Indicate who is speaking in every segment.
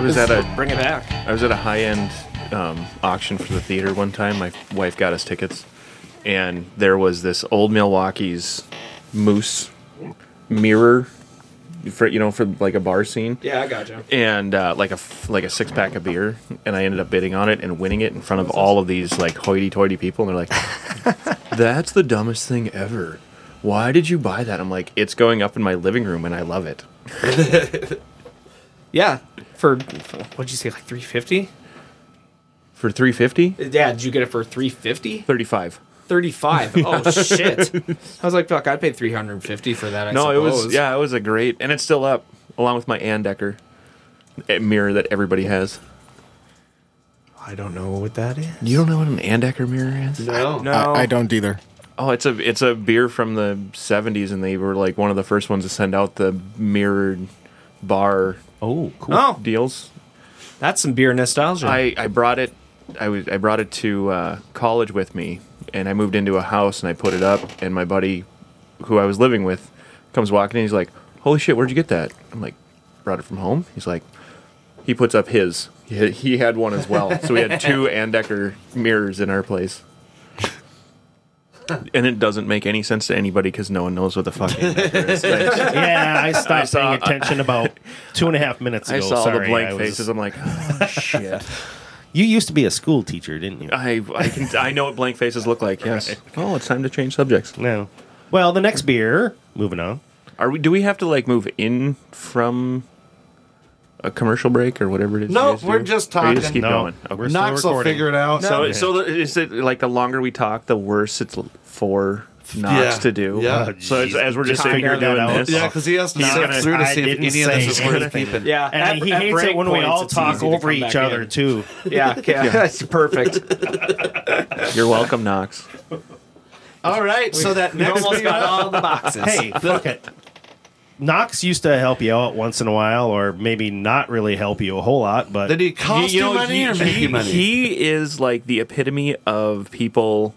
Speaker 1: was at a
Speaker 2: Bring it back.
Speaker 1: I was at a high end um, auction for the theater one time. My wife got us tickets, and there was this old Milwaukee's moose mirror for you know for like a bar scene.
Speaker 2: Yeah, I got you.
Speaker 1: And uh, like a f- like a six pack of beer, and I ended up bidding on it and winning it in front of all of these like hoity-toity people, and they're like, "That's the dumbest thing ever. Why did you buy that?" I'm like, "It's going up in my living room, and I love it."
Speaker 2: Yeah, for, for what'd you say, like three fifty?
Speaker 1: For 350,
Speaker 2: Yeah, did you get it for three fifty?
Speaker 1: 35.
Speaker 2: Thirty-five. Oh shit! I was like, fuck, I'd pay three hundred and fifty for that. I
Speaker 1: No, it was
Speaker 2: suppose.
Speaker 1: yeah, it was a great, and it's still up along with my Andecker eh, mirror that everybody has.
Speaker 2: I don't know what that is.
Speaker 1: You don't know what an Andecker mirror is?
Speaker 2: No, no.
Speaker 3: I, I don't either.
Speaker 1: Oh, it's a it's a beer from the '70s, and they were like one of the first ones to send out the mirrored bar
Speaker 4: Oh, cool.
Speaker 2: Oh,
Speaker 1: deals.
Speaker 2: that's some beer nostalgia.
Speaker 1: I, I brought it. I was I brought it to uh, college with me, and I moved into a house and I put it up. And my buddy, who I was living with, comes walking in. He's like, "Holy shit, where'd you get that?" I'm like, "Brought it from home." He's like, he puts up his. He had, he had one as well, so we had two Andecker mirrors in our place. And it doesn't make any sense to anybody because no one knows what the fuck Andecker is. I,
Speaker 4: Yeah, I stopped
Speaker 1: saw-
Speaker 4: paying attention about two and a half minutes ago.
Speaker 1: I saw all
Speaker 4: Sorry,
Speaker 1: the blank
Speaker 4: I was-
Speaker 1: faces. I'm like, oh, shit.
Speaker 4: You used to be a school teacher, didn't you?
Speaker 1: I I can I know what blank faces look like. Yes. Oh, it's time to change subjects.
Speaker 4: No. Well, the next beer. Moving on.
Speaker 1: Are we? Do we have to like move in from a commercial break or whatever it is? you
Speaker 3: No,
Speaker 1: guys do?
Speaker 3: we're just
Speaker 1: Or you just
Speaker 3: talking.
Speaker 1: keep
Speaker 4: No,
Speaker 1: going.
Speaker 4: we're
Speaker 1: Okay.
Speaker 4: still
Speaker 3: Knox will
Speaker 4: recording.
Speaker 3: figure it out.
Speaker 1: So so the- is it like the longer we talk, the worse it's l- for Knox
Speaker 3: Yeah.
Speaker 1: to do?
Speaker 3: Yeah.
Speaker 4: Oh,
Speaker 1: So it's,
Speaker 4: jeez.
Speaker 1: as we're just
Speaker 4: Just
Speaker 1: sitting here
Speaker 4: figure
Speaker 1: doing
Speaker 4: that out.
Speaker 1: this,
Speaker 3: yeah, because he has to sift
Speaker 1: gonna-
Speaker 3: through to
Speaker 4: I
Speaker 3: see if
Speaker 4: didn't
Speaker 3: any of this
Speaker 4: say
Speaker 3: is
Speaker 4: he's
Speaker 3: worth
Speaker 4: gonna-
Speaker 3: keeping.
Speaker 2: yeah,
Speaker 4: And
Speaker 2: at-
Speaker 4: he
Speaker 2: at
Speaker 4: hates it
Speaker 2: break
Speaker 4: when we
Speaker 2: points,
Speaker 4: all
Speaker 2: it's
Speaker 4: talk
Speaker 2: easy to
Speaker 4: over
Speaker 2: come
Speaker 4: each
Speaker 2: back
Speaker 4: other
Speaker 2: in.
Speaker 4: too.
Speaker 2: Yeah, yeah, that's perfect.
Speaker 1: you're welcome, Knox.
Speaker 3: All right, so that
Speaker 2: We
Speaker 3: next
Speaker 2: almost
Speaker 3: beer-
Speaker 2: got all the boxes.
Speaker 4: Hey, fuck it. Knox used to help you out once in a while, or maybe not really help you a whole lot, but
Speaker 3: did he cost you,
Speaker 1: know,
Speaker 3: money or make you money?
Speaker 1: He is like the epitome of people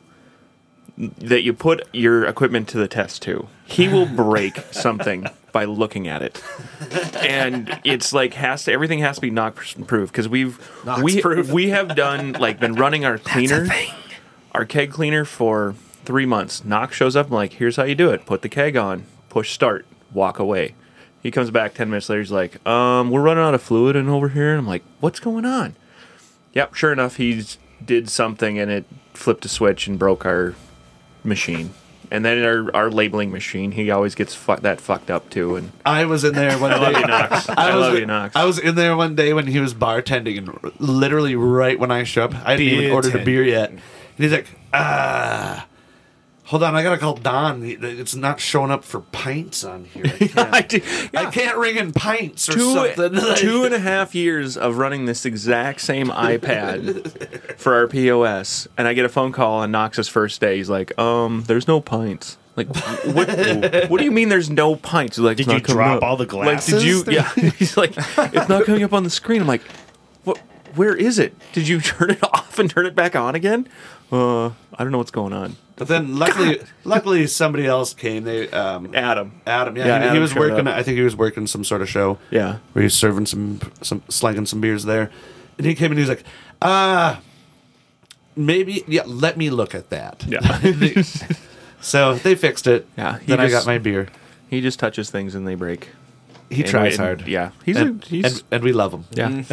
Speaker 1: that you put your equipment to the test to. He will break something by looking at it, and it's like has to everything has to be Knox proof because we've we we have done like been running our cleaner, our keg cleaner for three months. Knox shows up. I'm like, here's how you do it: put the keg on, push start, walk away. He comes back ten minutes later. He's like, um, we're running out of fluid in over here, and I'm like, what's going on? Yep, sure enough, he did something and it flipped a switch and broke our machine. And then our, our labeling machine, he always gets fu- that fucked up too. And
Speaker 3: I was in there one day.
Speaker 1: love you, Knox. I,
Speaker 3: was,
Speaker 1: love you, Knox.
Speaker 3: I was in there one day when he was bartending, and r- literally right when I showed up, I hadn't even
Speaker 2: Beer
Speaker 3: ordered a
Speaker 2: tent.
Speaker 3: beer yet. And he's like, ah, hold on, I gotta call Don. He- It's not showing up for pints on here. I can't,
Speaker 1: I did-
Speaker 3: I can't ring in pints or
Speaker 1: two,
Speaker 3: something. Like-
Speaker 1: two and a half years of running this exact same iPad for our POS, and I get a phone call on Knox's first day. He's like, "Um, there's no pints." Like, what? what do you mean? There's no pints? He's Like,
Speaker 4: Did
Speaker 1: "It's not
Speaker 4: you
Speaker 1: coming
Speaker 4: drop
Speaker 1: up."
Speaker 4: all the
Speaker 1: Like, did you?
Speaker 4: glasses?
Speaker 1: Yeah. He's like, "It's not coming up on the screen." I'm like, "What? Where is it? Did you turn it off and turn it back on again?" Uh, I don't know what's going on.
Speaker 3: But then, luckily, luckily, somebody else came. They um,
Speaker 1: Adam.
Speaker 3: Adam, yeah,
Speaker 1: Yeah,
Speaker 3: he, he
Speaker 1: Adam
Speaker 3: was
Speaker 1: showed
Speaker 3: working.
Speaker 1: up.
Speaker 3: I think he was working some sort of show.
Speaker 1: Yeah.
Speaker 3: where he was serving some, some slanging some beers there, and he came and he was like, "Ah, maybe yeah, let me look at that."
Speaker 1: Yeah.
Speaker 3: So they fixed it.
Speaker 1: Yeah, he
Speaker 3: then I
Speaker 1: just-
Speaker 3: got my beer.
Speaker 1: he just touches things and they break.
Speaker 3: He
Speaker 1: And-
Speaker 3: tries
Speaker 1: and-
Speaker 3: hard.
Speaker 1: Yeah. He's
Speaker 3: and,
Speaker 1: a, he's
Speaker 3: and, Mm. and we love him.
Speaker 1: Yeah.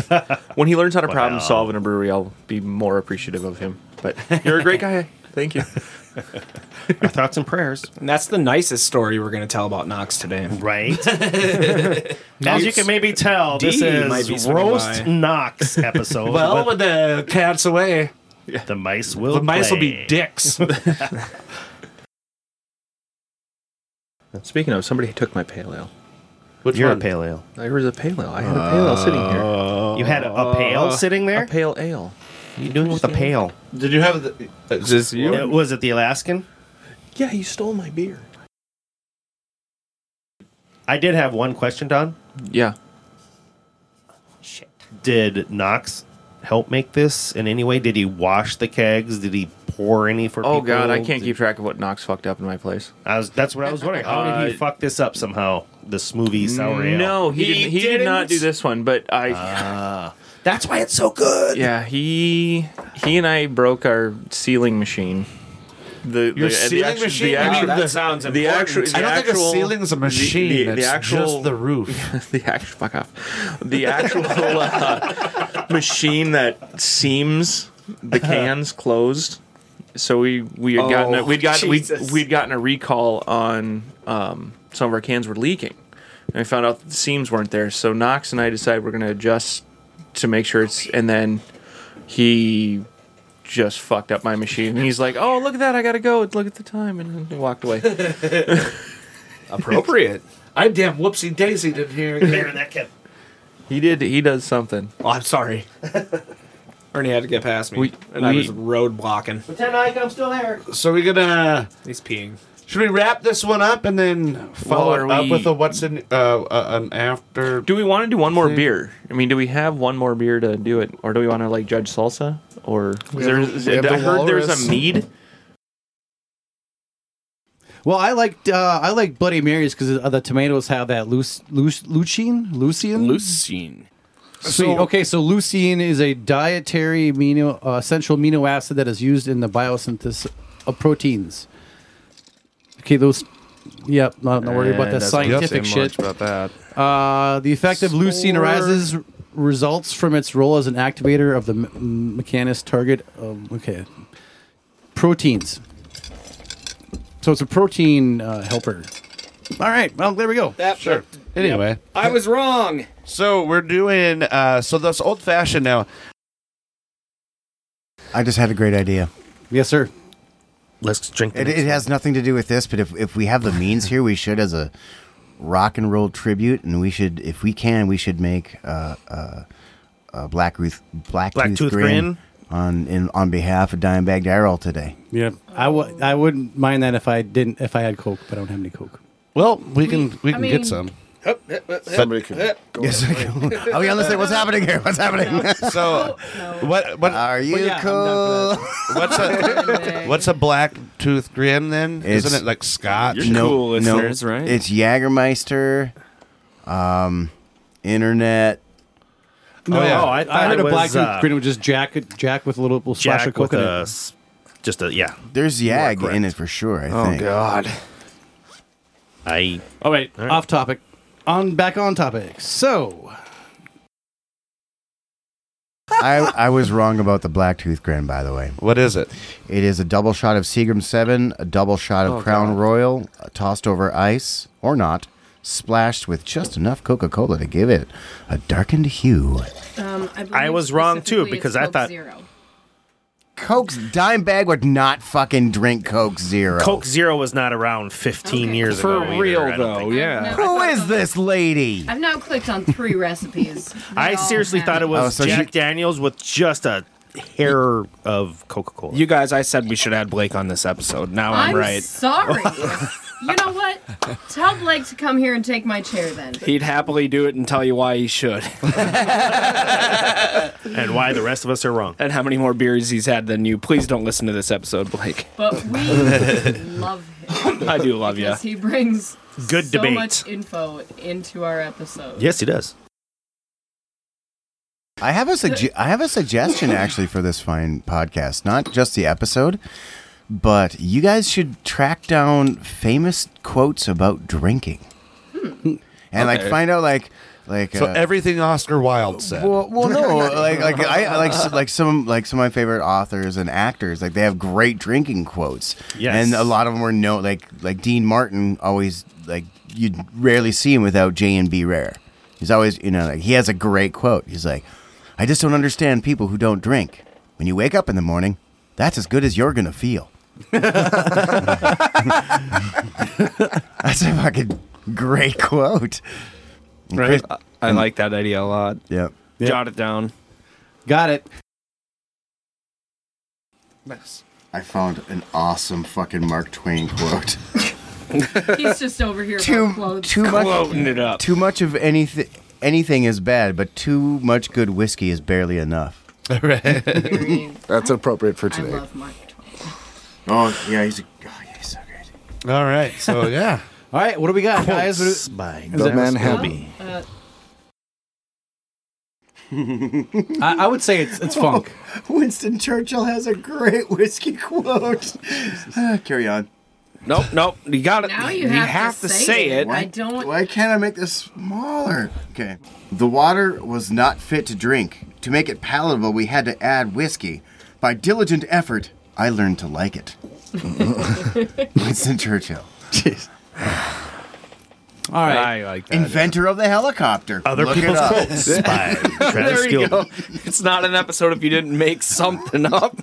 Speaker 1: when he learns how to problem
Speaker 4: Wow.
Speaker 1: solve in a brewery, I'll be more appreciative of him. But you're a great guy. Thank you.
Speaker 4: our thoughts and prayers,
Speaker 2: And that's the nicest story we're going to tell about Knox today.
Speaker 4: right? As you can maybe tell, this
Speaker 2: D might be
Speaker 4: is
Speaker 2: swinging
Speaker 4: roast
Speaker 2: by.
Speaker 4: Knox episode.
Speaker 3: Well,
Speaker 4: but
Speaker 3: when the cat's away,
Speaker 4: the mice will
Speaker 3: the mice will
Speaker 4: play.
Speaker 3: be dicks.
Speaker 1: Speaking of, somebody took my pale ale.
Speaker 3: Which
Speaker 4: You're a
Speaker 3: one?
Speaker 4: pale ale.
Speaker 1: There was a pale ale. I had a pale ale sitting
Speaker 3: Uh.
Speaker 1: here.
Speaker 4: you had a, Uh, a pail sitting there.
Speaker 1: A pale ale.
Speaker 4: you doing with a pail?
Speaker 3: Did you have the? Is this you?
Speaker 4: Uh, Was it the Alaskan?
Speaker 1: Yeah, you stole my beer.
Speaker 4: I did have one question, Don.
Speaker 1: Yeah.
Speaker 4: Did Knox help make this in any way? Did he wash the kegs? Did he pour any for
Speaker 1: Oh
Speaker 4: people?
Speaker 1: god, I can't
Speaker 4: Did-
Speaker 1: keep track of what Knox fucked up in my place.
Speaker 4: I was, that's what I was wondering. How did he fuck this up somehow? The smoothie sour ale.
Speaker 1: No, he,
Speaker 2: He
Speaker 1: didn't. He did not
Speaker 2: didn't?
Speaker 1: do this one, but I.
Speaker 3: Uh,
Speaker 4: that's why it's so good.
Speaker 1: yeah, he he and I broke our sealing machine. The uh,
Speaker 3: Your
Speaker 1: the,
Speaker 3: sealing
Speaker 1: actu-
Speaker 3: machine?
Speaker 1: The
Speaker 3: Oh, Wow,
Speaker 1: actual,
Speaker 2: that
Speaker 1: the-
Speaker 2: sounds
Speaker 1: The
Speaker 2: important.
Speaker 1: actual, the
Speaker 3: I don't think
Speaker 1: actual-
Speaker 3: a ceiling's a
Speaker 1: the-
Speaker 3: machine.
Speaker 1: The,
Speaker 3: it's
Speaker 1: the actual
Speaker 3: just the roof.
Speaker 1: the actual fuck off. The actual uh, machine that seams the cans closed. So we we had gotten a,
Speaker 2: Uh-huh. Oh,
Speaker 1: we'd gotten we,
Speaker 2: Jesus.
Speaker 1: we'd gotten a recall on um, some of our cans were leaking, and we found out that the seams weren't there. So Knox and I decided we're going to adjust to make sure it's, and then he just fucked up my machine. And he's like, "Oh, look at that! I gotta go. Look at the time," and he walked away.
Speaker 2: Appropriate.
Speaker 3: I'm damn whoopsie daisy in here.
Speaker 4: There, that kept.
Speaker 1: He did. He does something.
Speaker 3: oh, I'm sorry.
Speaker 2: Ernie had to get past me,
Speaker 1: We-
Speaker 2: and I
Speaker 1: we-
Speaker 2: was road blocking.
Speaker 4: Pretend Ike, I'm still there.
Speaker 3: So we're gonna
Speaker 2: He's peeing.
Speaker 3: should we wrap this one up and then follow
Speaker 1: Well, are
Speaker 3: it up
Speaker 1: we-
Speaker 3: with a what's in uh, uh an after?
Speaker 1: Do we want to do one more
Speaker 3: Thing.
Speaker 1: beer? I mean, do we have one more beer to do it, or do we want to like judge salsa? Or
Speaker 3: We
Speaker 1: there,
Speaker 3: have-
Speaker 1: is-
Speaker 3: we have
Speaker 1: I
Speaker 3: the
Speaker 1: heard there's
Speaker 3: walrus.
Speaker 1: a mead.
Speaker 5: Well, I liked uh, I like Bloody Marys because the tomatoes have that luce, luce, lutein, lucian,
Speaker 6: Lucine.
Speaker 5: Sweet. okay, so leucine is a dietary amino uh, essential amino acid that is used in the biosynthesis of proteins. Okay, those. Yep, not, not worry
Speaker 6: Eh,
Speaker 5: about that scientific shit.
Speaker 6: about that.
Speaker 5: Uh, the effect of leucine
Speaker 4: Spore.
Speaker 5: arises results from its role as an activator of the me- m- mechanist target. Of, okay, proteins. So it's a protein uh, helper. All right. Well, there we go.
Speaker 6: That, sure.
Speaker 3: Anyway,
Speaker 6: I was wrong.
Speaker 3: so we're doing uh so that's old fashioned now.
Speaker 7: I just had a great idea.
Speaker 5: Yes, sir.
Speaker 4: Let's drink. the
Speaker 7: It,
Speaker 4: next
Speaker 7: it
Speaker 4: one.
Speaker 7: has nothing to do with this, but if, if we have the means here, we should as a rock and roll tribute, and we should, if we can, we should make uh, uh, uh, Black Ruth Black, Tooth,
Speaker 4: Tooth
Speaker 7: Grin,
Speaker 4: Grin.
Speaker 7: on in on behalf of Dimebag Darrell today.
Speaker 5: Yeah, I would. I wouldn't mind that if I didn't. If I had Coke, but I don't have any Coke.
Speaker 3: Well, we can we can get some.
Speaker 6: Somebody could.
Speaker 7: Yes. Are we on this thing? What's happening here? What's happening?
Speaker 3: So what what
Speaker 7: Are you
Speaker 5: yeah, I'm down
Speaker 7: cool?
Speaker 3: what's a what's a black tooth grin then?
Speaker 7: It's-
Speaker 3: Isn't it like scotch?
Speaker 6: You're cool listeners, right?
Speaker 7: It's Jagermeister, um, internet.
Speaker 4: No,
Speaker 3: yeah.
Speaker 4: Oh, I thought
Speaker 5: Oh, I heard
Speaker 4: it
Speaker 5: a black
Speaker 4: was, uh,
Speaker 5: green with just Jack, Jack with a little, little splash
Speaker 4: Jack
Speaker 5: of Coke
Speaker 4: with
Speaker 5: in
Speaker 4: a
Speaker 5: it.
Speaker 4: s- just a yeah.
Speaker 7: There's Jag
Speaker 4: correct.
Speaker 7: in it for sure. I think.
Speaker 6: God.
Speaker 4: I
Speaker 8: Oh,
Speaker 5: All right, off topic. On back on topic. So
Speaker 7: I, I was wrong about the black tooth grin, by the way.
Speaker 3: What is it?
Speaker 7: It is a double shot of Seagram 7, a double shot of Crown Royal, uh, tossed over ice or not, splashed with just enough Coca Cola to give it a darkened hue.
Speaker 9: Um, I, believe
Speaker 4: I was wrong, too,
Speaker 9: specifically
Speaker 4: because
Speaker 9: it's
Speaker 4: I
Speaker 9: Coke
Speaker 4: thought-
Speaker 9: zero.
Speaker 7: Coke's dime bag would not fucking drink Coke Zero.
Speaker 4: Coke Zero was not around 15
Speaker 9: Okay.
Speaker 4: years
Speaker 2: For
Speaker 4: ago. either, I
Speaker 2: real
Speaker 4: don't
Speaker 2: though,
Speaker 4: think.
Speaker 2: yeah.
Speaker 9: No,
Speaker 7: Who
Speaker 9: I thought
Speaker 7: is
Speaker 9: Coke-
Speaker 7: this lady?
Speaker 9: I've now clicked on three recipes. They
Speaker 4: I
Speaker 9: all
Speaker 4: seriously
Speaker 9: have
Speaker 4: thought it was
Speaker 7: Oh, so
Speaker 4: Jack
Speaker 7: she-
Speaker 4: Daniels with just a hair of Coca Cola.
Speaker 6: You guys, I said we should add Blake on this episode. Now I'm,
Speaker 9: I'm
Speaker 6: right.
Speaker 9: sorry. you know what? Tell Blake to come here and take my chair then.
Speaker 6: He'd happily do it and tell you why he should,
Speaker 4: and why the rest of us are wrong.
Speaker 6: and how many more beers he's had than you. Please don't listen to this episode, Blake.
Speaker 9: But we love him
Speaker 6: I do love you.
Speaker 9: because he brings
Speaker 4: Good
Speaker 9: so
Speaker 4: debate.
Speaker 9: much info into our episode.
Speaker 4: Yes, he does.
Speaker 7: I have a sugge- I have a suggestion actually for this fine podcast, not just the episode, but you guys should track down famous quotes about drinking, and like
Speaker 6: Okay.
Speaker 7: find out like like
Speaker 3: So
Speaker 7: uh,
Speaker 3: everything Oscar Wilde said.
Speaker 7: well, well, no, like like I I like s- like some like some of my favorite authors and actors like they have great drinking quotes,
Speaker 4: Yes.
Speaker 7: and a lot of them were no like like Dean Martin always like you'd rarely see him without J and B Rare. He's always you know like he has a great quote. He's like, I just don't understand people who don't drink. When you wake up in the morning, that's as good as you're gonna feel. that's a fucking great quote. And
Speaker 6: Right? Uh,
Speaker 7: Chris-
Speaker 6: I, I like that idea a lot.
Speaker 7: yeah.
Speaker 6: Jot it down.
Speaker 5: got it.
Speaker 7: I found an awesome fucking Mark Twain quote.
Speaker 9: He's just over here
Speaker 7: too
Speaker 9: about clothes.
Speaker 7: too much
Speaker 6: Quoting it up.
Speaker 7: too much of anything anything is bad, but too much good whiskey is barely enough.
Speaker 10: That's appropriate for
Speaker 9: I
Speaker 10: today.
Speaker 9: love Mark Twain.
Speaker 7: Oh yeah, he's a, oh, yeah, he's so great.
Speaker 3: All right. So yeah.
Speaker 5: All right, what do we got, guys? What do-
Speaker 10: The Manhattan.
Speaker 9: Well, uh,
Speaker 5: I, I would say it's it's funk.
Speaker 7: Winston Churchill has a great whiskey quote. Ah, Carry on.
Speaker 6: Nope, nope. You got it.
Speaker 9: Now you
Speaker 6: you
Speaker 9: have to
Speaker 6: have to
Speaker 9: say
Speaker 6: say
Speaker 9: it.
Speaker 6: it.
Speaker 9: What? I don't-
Speaker 7: Why can't I make this smaller? Okay. The water was not fit to drink. To make it palatable, we had to add whiskey. By diligent effort, I learned to like it. Winston Churchill,
Speaker 5: All right,
Speaker 6: I like that.
Speaker 7: inventor of the helicopter.
Speaker 4: Other
Speaker 7: Look it
Speaker 4: people's
Speaker 7: up.
Speaker 4: quotes by Travis
Speaker 6: there you
Speaker 4: Gilbert.
Speaker 6: go. It's not an episode if you didn't make something up.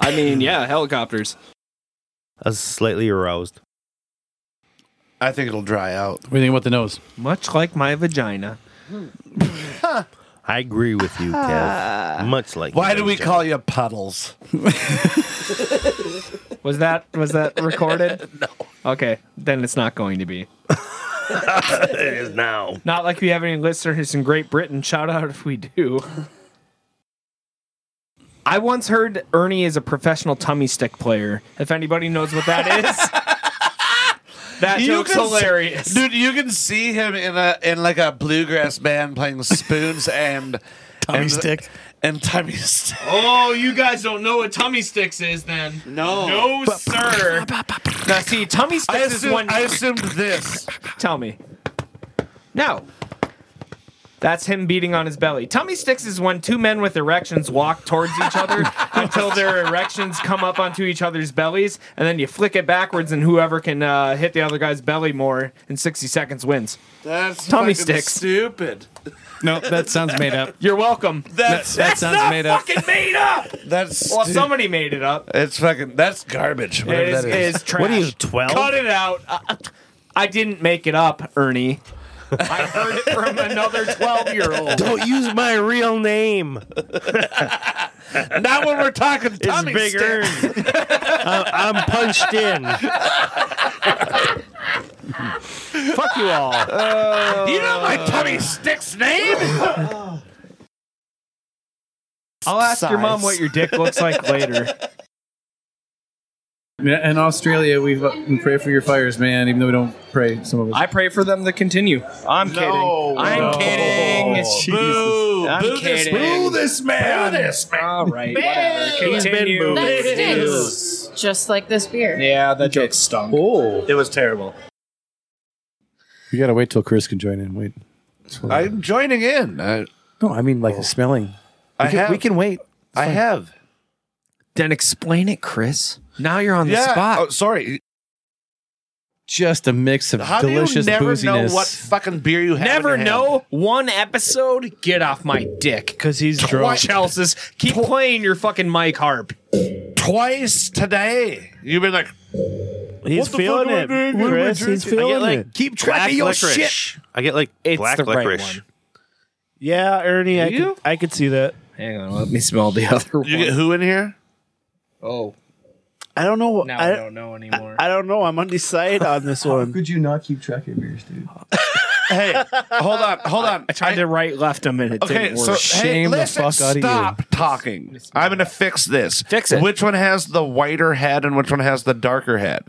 Speaker 6: I mean, yeah, helicopters.
Speaker 4: I was slightly aroused.
Speaker 3: I think it'll dry out.
Speaker 5: what do you think about the nose?
Speaker 1: Much like my vagina.
Speaker 4: I agree with you, Kev. Much like
Speaker 3: Why
Speaker 4: you,
Speaker 3: do we
Speaker 4: Jeff.
Speaker 3: call you puddles?
Speaker 6: Was that was that recorded? no. Okay, then it's not going to be.
Speaker 4: it is now?
Speaker 6: Not like we have any listeners in Great Britain. Shout out if we do. I once heard Ernie is a professional tummy stick player. If anybody knows what that is, that
Speaker 3: You
Speaker 6: joke's
Speaker 3: can s-
Speaker 6: hilarious.
Speaker 3: Dude, you can see him in a in like a bluegrass band playing spoons and tummy and,
Speaker 5: sticks.
Speaker 3: and tummy sticks.
Speaker 6: Oh, you guys don't know what tummy sticks is then. No. No, sir. now, see, tummy
Speaker 3: I
Speaker 6: sticks is
Speaker 3: assumed,
Speaker 6: when.
Speaker 3: I assumed this.
Speaker 6: Tell me. No. That's him beating on his belly. Tummy sticks is when two men with erections walk towards each other until their erections come up onto each other's bellies, and then you flick it backwards, and whoever can uh, hit the other guy's belly more in 60 seconds wins.
Speaker 3: That's
Speaker 6: Tummy
Speaker 3: fucking
Speaker 6: sticks.
Speaker 3: Stupid.
Speaker 5: No, that sounds made up.
Speaker 6: You're welcome.
Speaker 3: That's
Speaker 5: That sounds made up.
Speaker 6: fucking made up.
Speaker 3: that's
Speaker 6: Well,
Speaker 3: stu-
Speaker 6: somebody made it up.
Speaker 3: It's fucking that's garbage. Whatever
Speaker 6: It is,
Speaker 3: that is.
Speaker 6: is trash.
Speaker 4: What are you, 12?
Speaker 6: Cut it out. I, I didn't make it up, Ernie. I heard it from another 12 year old.
Speaker 4: Don't use my real name.
Speaker 3: Not when we're talking
Speaker 4: It's
Speaker 3: tummy
Speaker 4: Big
Speaker 3: sticks.
Speaker 4: Earn. I- I'm punched in. Fuck you all.
Speaker 3: You know my tummy sticks name?
Speaker 6: I'll ask your mom
Speaker 4: size.
Speaker 6: what your dick looks like later.
Speaker 5: Yeah, in Australia, we've uh, we pray for your fires, man. Even though we don't pray, some of us.
Speaker 6: I pray for them to continue. I'm kidding. I'm kidding.
Speaker 3: Boo!
Speaker 6: I'm
Speaker 3: Boo this
Speaker 6: kidding.
Speaker 3: Oh, boo this man. Boo this man.
Speaker 6: All right, whatever.
Speaker 4: He's been
Speaker 6: Continue.
Speaker 4: moved.
Speaker 9: that stinks. Just like this beer.
Speaker 6: Yeah, that joke Oh. stunk.
Speaker 4: It was terrible.
Speaker 5: You gotta wait till Chris can join in. Wait.
Speaker 3: I'm joining in. I, Oh.
Speaker 5: No, I mean like smelling.
Speaker 3: I have.
Speaker 5: We can wait.
Speaker 3: I have.
Speaker 6: Then explain it, Chris. Now you're on the spot.
Speaker 3: Oh, sorry.
Speaker 5: Just a mix of
Speaker 3: How
Speaker 5: delicious
Speaker 3: do you never
Speaker 5: booziness.
Speaker 3: know what fucking beer you have?
Speaker 6: Never
Speaker 3: in hand?
Speaker 6: know one episode. Get off my dick, because he's drunk. Chelsea's keep playing your fucking mic harp.
Speaker 3: Twice today, you've been like,
Speaker 4: He's
Speaker 3: What the
Speaker 4: feeling
Speaker 3: fuck am I
Speaker 4: it,
Speaker 3: doing? What am I
Speaker 4: Chris. He's
Speaker 3: drinking? I
Speaker 4: feeling
Speaker 3: get, like,
Speaker 4: it.
Speaker 3: keep track
Speaker 4: Black
Speaker 3: of your
Speaker 4: licorice. I get like
Speaker 6: It's
Speaker 4: black
Speaker 6: the right
Speaker 4: licorice.
Speaker 6: one.
Speaker 4: Yeah, Ernie, I
Speaker 6: You?
Speaker 4: could, I could see that.
Speaker 6: Hang on, let me smell the other one.
Speaker 3: "You get who in here?"
Speaker 6: oh,
Speaker 4: I don't know.
Speaker 6: now I,
Speaker 4: I,
Speaker 6: don't know anymore.
Speaker 4: I don't know. I'm undecided on this
Speaker 3: Oh,
Speaker 4: one.
Speaker 5: Could you not keep track of yours, dude?
Speaker 3: Hey, hold on, hold on.
Speaker 6: I tried to right left him and it
Speaker 3: Okay,
Speaker 6: didn't
Speaker 3: so
Speaker 6: work.
Speaker 3: hey,
Speaker 5: Shame the
Speaker 3: listen,
Speaker 5: fuck outta you.
Speaker 3: stop talking. I'm gonna fix this.
Speaker 6: Fix it.
Speaker 3: Which one has the whiter head and which one has the darker head?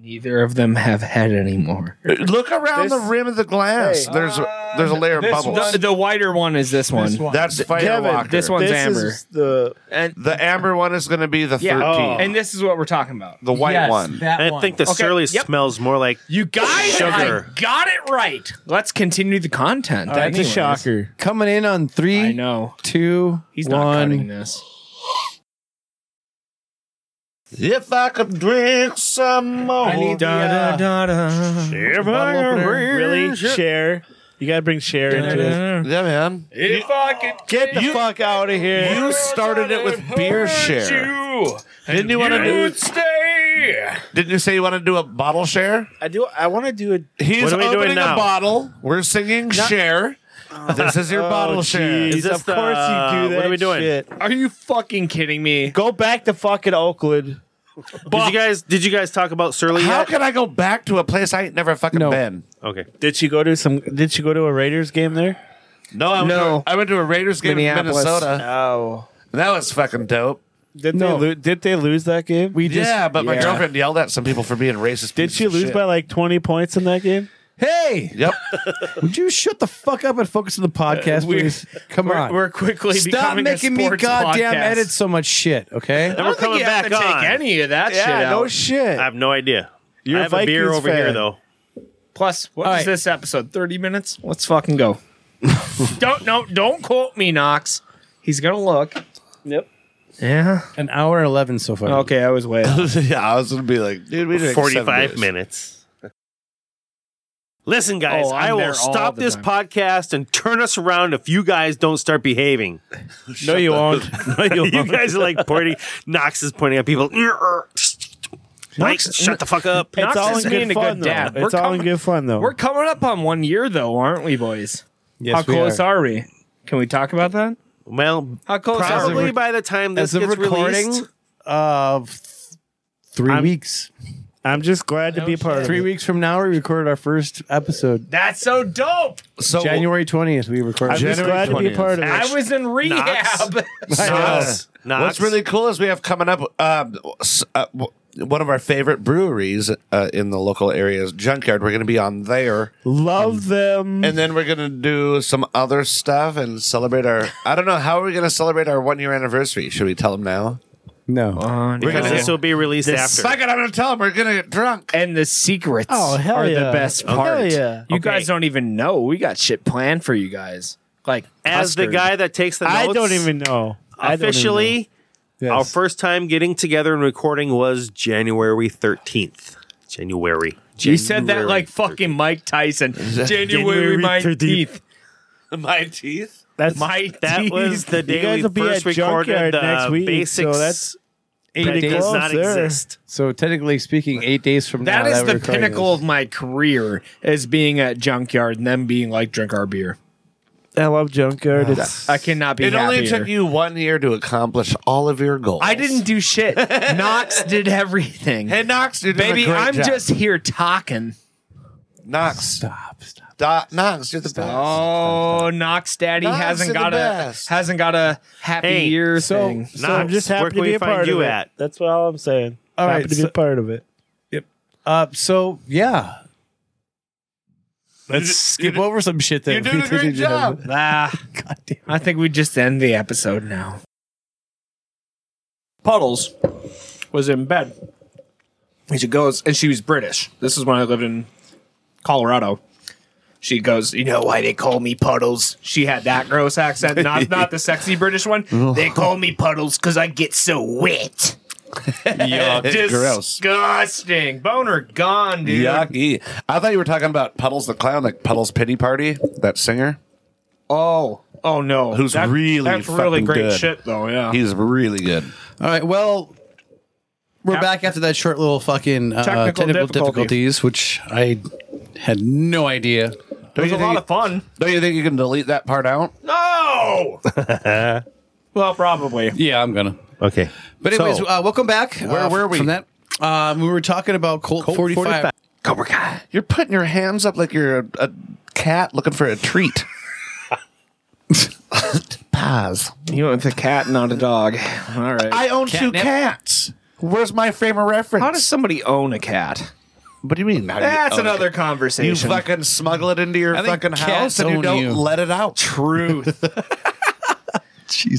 Speaker 6: Neither of them have head anymore.
Speaker 3: Look around the rim of the glass. there's a, there's a layer of bubbles.
Speaker 6: The, the whiter one is this one.
Speaker 3: That's Fire
Speaker 4: Kevin,
Speaker 3: Walker.
Speaker 6: this one's
Speaker 4: this
Speaker 6: amber.
Speaker 4: is the.
Speaker 6: And
Speaker 3: The amber one is going to be the 13.
Speaker 4: Oh.
Speaker 6: and this is what we're talking about.
Speaker 3: The white one.
Speaker 4: I think the surly
Speaker 6: yep.
Speaker 4: smells more like
Speaker 6: You guys,
Speaker 4: Sugar.
Speaker 6: I got it right. Let's continue the content.
Speaker 4: that's
Speaker 6: anyways.
Speaker 4: a shocker.
Speaker 5: Coming in on three,
Speaker 6: I know.
Speaker 5: two,
Speaker 6: He's not cutting
Speaker 5: one.
Speaker 6: this.
Speaker 3: If I could drink some more.
Speaker 6: Da, da, da,
Speaker 4: If I could really share. You gotta bring share into it.
Speaker 6: da.
Speaker 3: yeah, man.
Speaker 6: If I could
Speaker 4: Get the
Speaker 3: You-
Speaker 4: fuck out of here.
Speaker 3: You started it with beer share. Didn't you want to do?
Speaker 6: stay.
Speaker 3: Didn't you say you want to do a bottle share?
Speaker 4: I do. I want to do a.
Speaker 3: He's
Speaker 4: What are we doing
Speaker 3: opening a
Speaker 4: now?
Speaker 3: bottle. We're singing share. This is your bottle share.
Speaker 4: Is this
Speaker 8: Of course
Speaker 4: the-
Speaker 8: you do that.
Speaker 4: What are we doing?
Speaker 8: shit.
Speaker 6: Are you fucking kidding me?
Speaker 4: Go back to fucking Oakland.
Speaker 8: Did you guys? Did you guys talk about Surly
Speaker 3: How
Speaker 8: yet?
Speaker 3: can I go back to a place I ain't never fucking
Speaker 5: No.
Speaker 3: been?
Speaker 8: okay.
Speaker 4: Did she go to some? Did she go to a Raiders game there?
Speaker 3: No, I went,
Speaker 6: No.
Speaker 3: To, a- I went to a Raiders game in
Speaker 6: Minneapolis.
Speaker 3: Minnesota.
Speaker 8: Oh.
Speaker 3: That was fucking dope.
Speaker 8: Did
Speaker 5: No.
Speaker 8: they lo- did they lose that game?
Speaker 5: We just
Speaker 3: yeah, but my
Speaker 6: yeah.
Speaker 3: girlfriend yelled at some people for being racist.
Speaker 8: did
Speaker 3: pieces
Speaker 8: she
Speaker 3: of
Speaker 8: lose
Speaker 3: shit.
Speaker 8: by like 20 points in that game?
Speaker 5: Hey,
Speaker 3: Yep.
Speaker 5: would you shut the fuck up and focus on the podcast,
Speaker 8: Uh, we're-
Speaker 5: please? Come
Speaker 6: We're,
Speaker 5: on.
Speaker 6: we're quickly
Speaker 5: Stop
Speaker 6: becoming a
Speaker 5: making me
Speaker 6: sports
Speaker 5: goddamn
Speaker 6: podcast.
Speaker 5: edit so much shit, okay?
Speaker 8: And we're
Speaker 6: I don't
Speaker 8: coming
Speaker 6: think you
Speaker 8: back
Speaker 6: have to
Speaker 8: on.
Speaker 6: take any of that shit out.
Speaker 5: yeah, no shit.
Speaker 8: I have no idea.
Speaker 5: You're
Speaker 8: I
Speaker 5: a
Speaker 8: have a beer
Speaker 5: Vikings
Speaker 8: over here
Speaker 5: fan.
Speaker 8: though.
Speaker 6: Plus, what
Speaker 5: All
Speaker 6: is
Speaker 5: right.
Speaker 6: this episode? Thirty minutes? Let's fucking go. don't no, don't quote me, Knox. He's gonna look.
Speaker 8: Yep.
Speaker 6: Yeah.
Speaker 5: An hour and 11 so far.
Speaker 6: Okay, I was way. off.
Speaker 3: yeah, I was gonna be like, dude, we did
Speaker 8: 45 minutes. Listen, guys,
Speaker 6: Oh, I'm
Speaker 8: I
Speaker 6: there
Speaker 8: will
Speaker 6: all
Speaker 8: stop
Speaker 6: the
Speaker 8: this
Speaker 6: time.
Speaker 8: podcast and turn us around if you guys don't start behaving.
Speaker 3: No, you won't.
Speaker 8: No, you, you guys are like pointing. Knox is pointing at people. Mike, shut the fuck up.
Speaker 6: Knox
Speaker 8: Knox
Speaker 6: all
Speaker 8: is
Speaker 6: in
Speaker 8: being
Speaker 6: good
Speaker 8: a
Speaker 6: fun, though.
Speaker 8: dad.
Speaker 6: We're
Speaker 8: It's all in
Speaker 6: coming-
Speaker 8: good fun though.
Speaker 6: We're coming up on one year though, aren't we, boys?
Speaker 5: Yes,
Speaker 6: How
Speaker 5: we
Speaker 6: close
Speaker 5: are.
Speaker 6: are. we? Can we talk about that?
Speaker 8: well,
Speaker 6: How close are
Speaker 8: probably
Speaker 6: we?
Speaker 8: by the time this
Speaker 5: As of
Speaker 8: gets
Speaker 5: recording
Speaker 8: released.
Speaker 5: of th- 3
Speaker 8: I'm-
Speaker 5: weeks.
Speaker 8: I'm just glad to be part
Speaker 5: Three weeks from now, we recorded our first episode.
Speaker 6: That's so dope.
Speaker 3: So
Speaker 5: January 20th, we recorded.
Speaker 8: I'm just glad to be part of it.
Speaker 6: I was in rehab.
Speaker 8: Knox.
Speaker 3: What's really cool is we have coming up um, s- uh, w- one of our favorite breweries uh, in the local area is Junkyard. We're going to be on there,
Speaker 8: love them.
Speaker 3: and then we're going to do some other stuff and celebrate our. I don't know how are we going to celebrate our one year anniversary. Should we tell them now?
Speaker 5: No.
Speaker 8: We're gonna
Speaker 3: Yeah.
Speaker 8: this will be released after.
Speaker 3: Fuck it, I'm going to tell them. We're going to get drunk.
Speaker 6: and the secrets are the best part. You guys don't even know. We got shit planned for you guys. Like
Speaker 8: As the
Speaker 6: Husker.
Speaker 8: guy that takes the notes,
Speaker 11: I don't even know. I don't even know.
Speaker 8: officially
Speaker 5: Yes.
Speaker 8: our first time getting together and recording was January 13th. January.
Speaker 6: You said that
Speaker 8: January
Speaker 6: like fucking Mike Tyson. January my
Speaker 8: 13th.
Speaker 6: teeth.
Speaker 3: My teeth.
Speaker 11: That's
Speaker 6: My
Speaker 8: That
Speaker 6: teeth.
Speaker 8: was the day
Speaker 11: you guys
Speaker 8: we
Speaker 11: will be
Speaker 8: first
Speaker 11: at
Speaker 8: recorded
Speaker 11: junkyard
Speaker 8: the
Speaker 11: next week,
Speaker 8: basics
Speaker 11: so that's
Speaker 8: that
Speaker 11: pretty
Speaker 8: does
Speaker 11: close
Speaker 8: not
Speaker 11: there.
Speaker 8: exist.
Speaker 5: So technically speaking, eight days from
Speaker 6: That
Speaker 5: now.
Speaker 6: is
Speaker 5: we're
Speaker 6: the
Speaker 5: recording
Speaker 6: pinnacle
Speaker 5: this.
Speaker 6: of my career is being at junkyard and them being like drink our beer.
Speaker 11: I love junkyard. It's,
Speaker 6: I cannot be
Speaker 3: It only
Speaker 6: happier.
Speaker 3: took you one year to accomplish all of your goals.
Speaker 6: I didn't do shit. Knox did everything.
Speaker 3: Hey Knox, you're doing a
Speaker 6: Baby,
Speaker 3: great
Speaker 6: I'm
Speaker 3: job.
Speaker 6: just here talking.
Speaker 3: Knox. Stop. Stop. Knox, you're the best.
Speaker 6: Oh, Knox Daddy
Speaker 3: Knox
Speaker 6: hasn't
Speaker 3: is the
Speaker 6: got a
Speaker 3: best.
Speaker 6: hasn't got a happy
Speaker 8: Hey,
Speaker 6: year
Speaker 11: so,
Speaker 6: thing.
Speaker 11: so I'm
Speaker 8: Knox,
Speaker 11: just
Speaker 8: where
Speaker 11: happy
Speaker 8: can
Speaker 11: to
Speaker 8: we
Speaker 11: be a
Speaker 8: find
Speaker 11: part
Speaker 8: you
Speaker 11: of
Speaker 8: at?
Speaker 11: it. That's all I'm saying.
Speaker 5: All
Speaker 11: happy
Speaker 5: right,
Speaker 11: to be
Speaker 5: so-
Speaker 11: a part of it.
Speaker 5: Uh, so yeah. Let's
Speaker 3: d-
Speaker 5: skip over some shit that
Speaker 3: You're
Speaker 5: we
Speaker 3: doing a
Speaker 5: didn't
Speaker 3: great
Speaker 5: even have.
Speaker 3: job.
Speaker 6: Ah, I think we just end the episode now. Puddles was in bed. And she goes, and she was British. This is when I lived in Colorado. She goes, you know why they call me Puddles? She had that gross accent, not not the sexy British one. They call me Puddles because I get so wet.
Speaker 3: Gross.
Speaker 6: Disgusting. Boner gone, dude.
Speaker 3: Yucky. I thought you were talking about Puddles the Clown, like Puddles Pity Party, that singer.
Speaker 6: Oh, oh no.
Speaker 3: Who's really
Speaker 6: That's really
Speaker 3: fucking
Speaker 6: great
Speaker 3: good.
Speaker 6: shit, though. Yeah.
Speaker 3: He's really good.
Speaker 5: All right. Well, we're
Speaker 6: Cap-
Speaker 5: back after that short little fucking uh,
Speaker 6: Technical
Speaker 5: technical,
Speaker 6: difficulties.
Speaker 5: difficulties, which I had no idea.
Speaker 6: it was a
Speaker 3: you
Speaker 6: lot
Speaker 3: think-
Speaker 6: of fun.
Speaker 3: Don't you think you can delete that part out?
Speaker 6: No. well, probably.
Speaker 5: Yeah, I'm gonna.
Speaker 8: Okay.
Speaker 5: But anyways,
Speaker 8: So-
Speaker 5: uh, welcome back. Where
Speaker 3: were we?
Speaker 5: from that? Um, we were talking about Colt, 45.
Speaker 3: Cobra Kai. You're putting your hands up like you're a, a cat looking for a treat. Pause.
Speaker 6: You went with a cat, not a dog. All right.
Speaker 3: I own two cats. Where's my frame of reference?
Speaker 6: How does somebody own a cat?
Speaker 3: what do you mean? how do you
Speaker 6: That's
Speaker 3: own a
Speaker 6: another
Speaker 3: cat? You
Speaker 6: conversation.
Speaker 3: fucking smuggle it into your
Speaker 5: I think
Speaker 3: fucking
Speaker 5: cats
Speaker 3: house and you
Speaker 5: own
Speaker 3: don't
Speaker 5: you.
Speaker 3: let it out.
Speaker 6: Truth.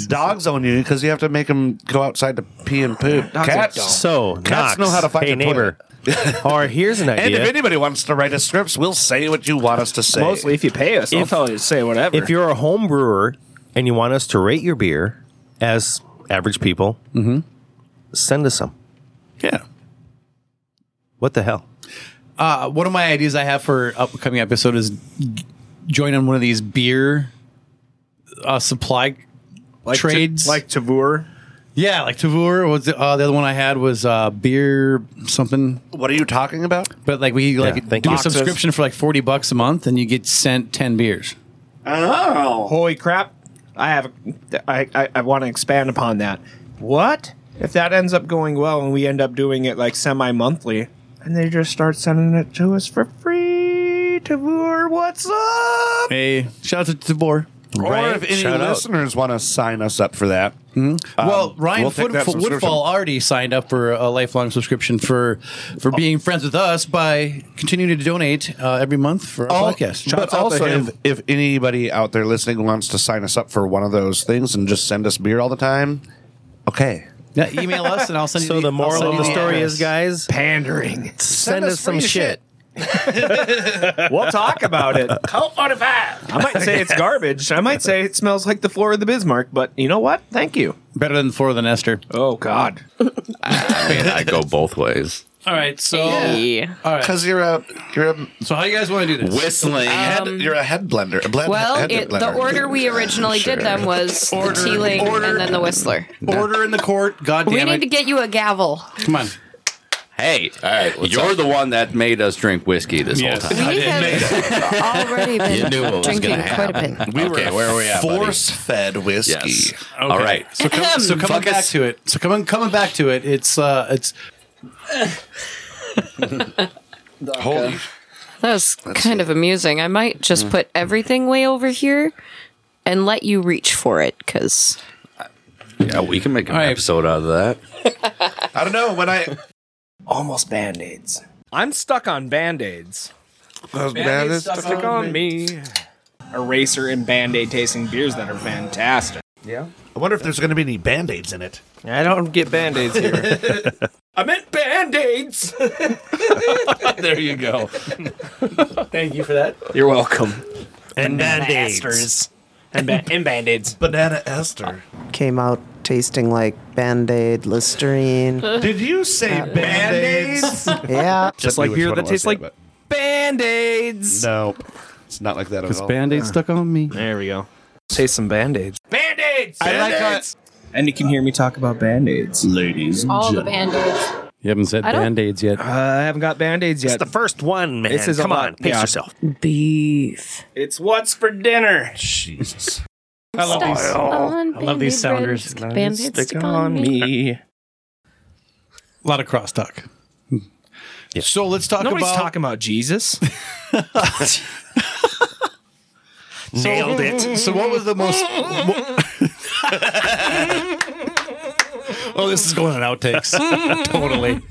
Speaker 3: Dogs own you because you have to make them go outside to pee and poop. cats
Speaker 6: don't.
Speaker 8: So Knox,
Speaker 3: Cats know how to find
Speaker 8: hey,
Speaker 3: a
Speaker 8: neighbor. or here's an
Speaker 3: And
Speaker 8: idea.
Speaker 3: if anybody wants to write us scripts, we'll say what you want us to say.
Speaker 6: Mostly if you pay us, I'll tell you to say whatever.
Speaker 8: If you're a home brewer and you want us to rate your beer as average people,
Speaker 11: Mm-hmm.
Speaker 8: send us some.
Speaker 5: Yeah.
Speaker 8: What the hell?
Speaker 5: Uh, one of my ideas I have for upcoming episode is g- join on one of these beer uh, supply
Speaker 6: like
Speaker 5: trades.
Speaker 6: like Tavur.
Speaker 5: yeah, like Tavor was the, uh, the other one I had was uh, beer something,
Speaker 3: What are you talking about?
Speaker 5: but like we like
Speaker 8: thank
Speaker 5: do
Speaker 8: you.
Speaker 5: a subscription for like forty bucks a month, and you get sent ten beers.
Speaker 6: Holy crap! I have. I I, I want to expand upon that. What if that ends up going well and we end up doing it like semi-monthly, and they just start sending it to us for free? Tavur, what's up?
Speaker 5: Hey, shout out to Tabor.
Speaker 3: Or
Speaker 12: Right?
Speaker 3: if any
Speaker 12: Shout out.
Speaker 3: listeners want to sign us up for that, um,
Speaker 12: well, Ryan
Speaker 3: we'll take
Speaker 12: Foot-
Speaker 3: that subscription.
Speaker 12: Woodfall already signed up for a lifelong subscription for for being friends with us by continuing to donate uh, every month for our
Speaker 4: Oh.
Speaker 3: All-
Speaker 12: podcast.
Speaker 3: but also, if, if anybody out there listening wants to sign us up for one of those things and just send us beer all the time, okay.
Speaker 12: yeah, email us and I'll send you.
Speaker 5: So the
Speaker 12: I'll
Speaker 5: moral
Speaker 12: send
Speaker 5: of
Speaker 12: you
Speaker 5: the story
Speaker 12: address.
Speaker 5: is, guys,
Speaker 6: pandering. Send,
Speaker 5: us, some shit.
Speaker 6: we'll talk about it. Cult 45. I might say it's garbage. I might say it smells like the floor of the Bismarck, but you know what? Thank you.
Speaker 12: Better than the floor of the Nestor.
Speaker 6: Oh, God.
Speaker 7: I mean, I go both ways.
Speaker 12: All right, so
Speaker 7: Yeah.
Speaker 12: all right.
Speaker 3: Because you're a you're a
Speaker 12: So how you guys want to do this?
Speaker 7: Whistling.
Speaker 3: Head- you're a head blender. a blend-
Speaker 9: Well,
Speaker 3: head
Speaker 9: it, the
Speaker 3: blender.
Speaker 9: order we originally did them was the Teeling and then the Whistler.
Speaker 12: Order in the court. God
Speaker 9: we
Speaker 12: damn
Speaker 9: need
Speaker 12: it!
Speaker 9: to get you a gavel.
Speaker 12: Come on.
Speaker 7: Hey, all right, you're the one that made us drink whiskey this whole time.
Speaker 9: We have already
Speaker 7: You
Speaker 9: been
Speaker 7: knew what was
Speaker 9: drinking
Speaker 7: gonna
Speaker 9: quite a bit.
Speaker 7: We okay, where are we at? buddy?
Speaker 3: force-fed whiskey.
Speaker 7: All right.
Speaker 12: So, come, so coming
Speaker 7: Fuck
Speaker 12: back
Speaker 7: us.
Speaker 12: to it. So coming coming back to it. It's uh it's
Speaker 3: Holy
Speaker 9: That was kind of amusing. I might just put everything way over here and let you reach for it because
Speaker 3: Oh,
Speaker 7: Yeah, we can make an episode out of that.
Speaker 3: I don't know when I
Speaker 6: Almost band aids. I'm stuck on band aids.
Speaker 3: Those
Speaker 6: Band-Aids stuck, on me. Eraser and band aid tasting beers that are fantastic. Yeah.
Speaker 3: I wonder if there's going to be any band aids in it.
Speaker 6: I don't get band aids here. I meant band aids.
Speaker 7: there you go.
Speaker 6: Thank you for that.
Speaker 7: You're welcome.
Speaker 6: And
Speaker 4: Band-Aids.
Speaker 6: And, ba- and band aids.
Speaker 3: Banana Esther.
Speaker 4: Came out tasting like Band Aid, Listerine.
Speaker 3: Did you say band aids?
Speaker 4: yeah.
Speaker 6: Just like beer that tastes like band aids.
Speaker 3: No. It's not like that at all.
Speaker 12: stuck on me.
Speaker 6: There we go. Taste some band aids. Band aids.
Speaker 3: I like
Speaker 6: And you can hear me talk about band aids, ladies.
Speaker 9: all the band aids.
Speaker 12: You haven't said
Speaker 9: I don't-
Speaker 12: aids yet.
Speaker 6: Uh, I haven't got band aids yet.
Speaker 5: It's the first one, man.
Speaker 6: This is a
Speaker 5: Come
Speaker 6: lot-
Speaker 5: on, pace
Speaker 6: yeah.
Speaker 5: yourself.
Speaker 9: Beef.
Speaker 6: It's what's for dinner. Jesus. I love these.
Speaker 9: Stuck on
Speaker 6: I love these
Speaker 9: Band-Aid
Speaker 6: sounders.
Speaker 9: bread, Band-Aid stick on me.
Speaker 6: me.
Speaker 12: A lot of crosstalk. So let's talk
Speaker 6: Nobody's
Speaker 12: about
Speaker 6: talking about Jesus.
Speaker 12: so-
Speaker 6: Nailed it.
Speaker 12: So what was the most? oh, this is going on outtakes. totally.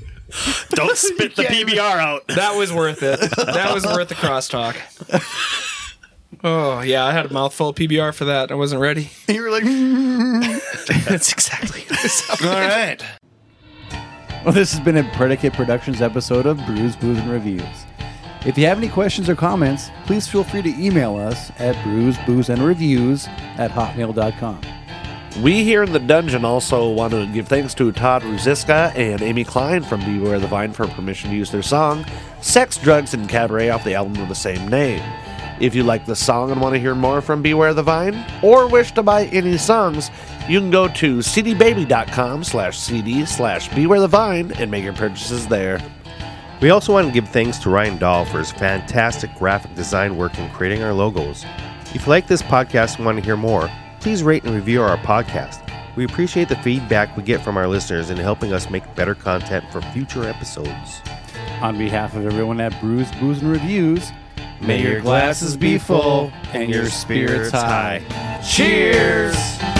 Speaker 5: Don't spit the PBR out.
Speaker 6: That was worth it. That was worth the crosstalk. Oh yeah, I had a mouthful of PBR for that. I wasn't ready.
Speaker 12: You were like,
Speaker 6: that's exactly.
Speaker 3: All right.
Speaker 12: Well, this has been a Predicate Productions episode of Brews, Booze, and Reviews. If you have any questions or comments, please feel free to email us at brews, booze, and reviews at hotmail.com.
Speaker 3: We here in the dungeon also want to give thanks to Todd Ruziska and Amy Klein from Beware the Vine for permission to use their song, Sex, Drugs, and Cabaret off the album of the same name. If you like the song and want to hear more from Beware the Vine, or wish to buy any songs, you can go to cdbaby.com slash cd slash beware the vine and make your purchases there.
Speaker 5: We also want to give thanks to Ryan Dahl for his fantastic graphic design work in creating our logos. If you like this podcast and want to hear more, please rate and review our podcast. We appreciate the feedback we get from our listeners in helping us make better content for future episodes.
Speaker 12: On behalf of everyone at Brews, Booze, and Reviews,
Speaker 5: May your glasses be full and your spirits high.
Speaker 12: Cheers!